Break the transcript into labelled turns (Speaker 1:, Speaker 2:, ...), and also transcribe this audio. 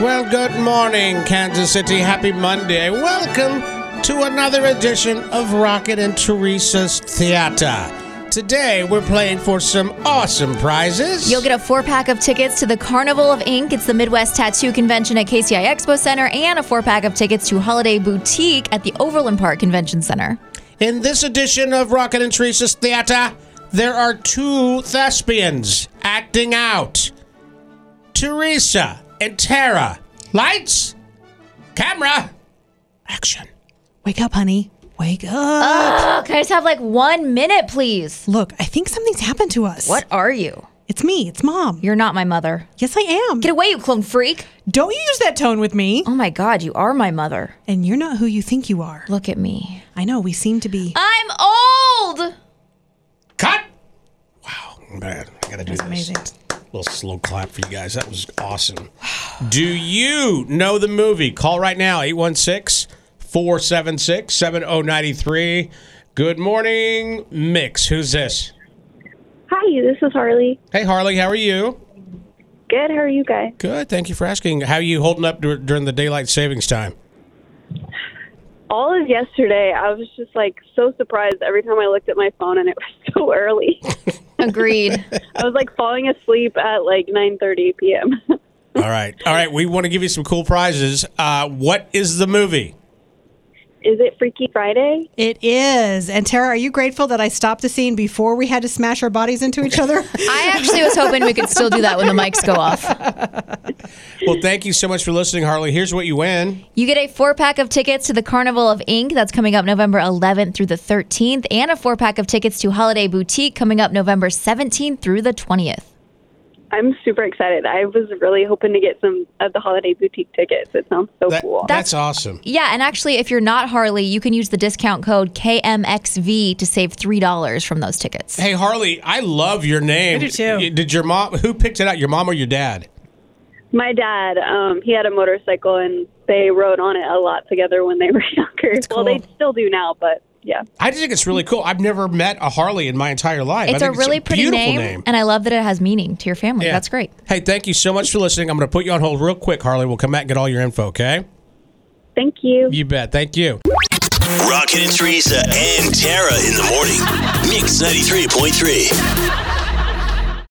Speaker 1: Well, good morning, Kansas City. Happy Monday. Welcome to another edition of Rocket and Teresa's Theater. Today, we're playing for some awesome prizes.
Speaker 2: You'll get a four pack of tickets to the Carnival of Ink. It's the Midwest Tattoo Convention at KCI Expo Center, and a four pack of tickets to Holiday Boutique at the Overland Park Convention Center.
Speaker 1: In this edition of Rocket and Teresa's Theater, there are two thespians acting out Teresa and Tara. Lights, camera, action.
Speaker 3: Wake up, honey. Wake up.
Speaker 2: Oh, can I just have like one minute, please?
Speaker 3: Look, I think something's happened to us.
Speaker 2: What are you?
Speaker 3: It's me. It's mom.
Speaker 2: You're not my mother.
Speaker 3: Yes, I am.
Speaker 2: Get away, you clone freak.
Speaker 3: Don't you use that tone with me.
Speaker 2: Oh my God, you are my mother.
Speaker 3: And you're not who you think you are.
Speaker 2: Look at me.
Speaker 3: I know, we seem to be.
Speaker 2: I'm old.
Speaker 1: Cut! Wow, man, I gotta
Speaker 2: Ah.
Speaker 1: do this.
Speaker 3: amazing.
Speaker 1: little slow clap for you guys. That was awesome. do you know the movie? Call right now 816 476 7093. Good morning, Mix. Who's this?
Speaker 4: Hi, this is Harley.
Speaker 1: Hey, Harley, how are you?
Speaker 4: Good, how are you guys?
Speaker 1: Good. Thank you for asking. How are you holding up dur- during the daylight savings time?
Speaker 4: All of yesterday, I was just like so surprised every time I looked at my phone and it was so early.
Speaker 2: Agreed.
Speaker 4: I was like falling asleep at like 9:30 p.m.
Speaker 1: All right. All right. We want to give you some cool prizes. Uh, what is the movie?
Speaker 4: is it Freaky Friday?
Speaker 3: It is. And Tara, are you grateful that I stopped the scene before we had to smash our bodies into each other?
Speaker 2: I actually was hoping we could still do that when the mics go off.
Speaker 1: Well, thank you so much for listening, Harley. Here's what you win.
Speaker 2: You get a four pack of tickets to the Carnival of Ink that's coming up November 11th through the 13th, and a four pack of tickets to Holiday Boutique coming up November 17th through the 20th.
Speaker 4: I'm super excited. I was really hoping to get some of the holiday boutique tickets. It sounds so
Speaker 1: That-
Speaker 4: cool.
Speaker 1: that's awesome.
Speaker 2: Yeah, and actually, if you're not Harley, you can use the discount code KMXV to save $3 from those tickets.
Speaker 1: Hey Harley, I love your name.
Speaker 3: I do too.
Speaker 1: Y- Did your mom? Who picked it out? Your mom or your dad?
Speaker 4: my dad, um, he had a motorcycle and they rode on it a lot together when they were younger. Well, they
Speaker 3: cool.
Speaker 4: still do now, but yeah.
Speaker 1: I just think it's really cool. I've never met a Harley in my entire life. I
Speaker 2: It's a
Speaker 1: think
Speaker 2: really pretty
Speaker 1: beautiful
Speaker 2: name, and I love that it has meaning to your family.
Speaker 1: Yeah.
Speaker 2: That's great.
Speaker 1: Hey, thank you so much for listening. I'm going to put you on hold real quick, Harley. We'll come back and get all your info. Okay?
Speaker 4: Thank you.
Speaker 1: You bet. Thank you.
Speaker 5: Rocket and Teresa and Tara in the morning. Mix 93.3.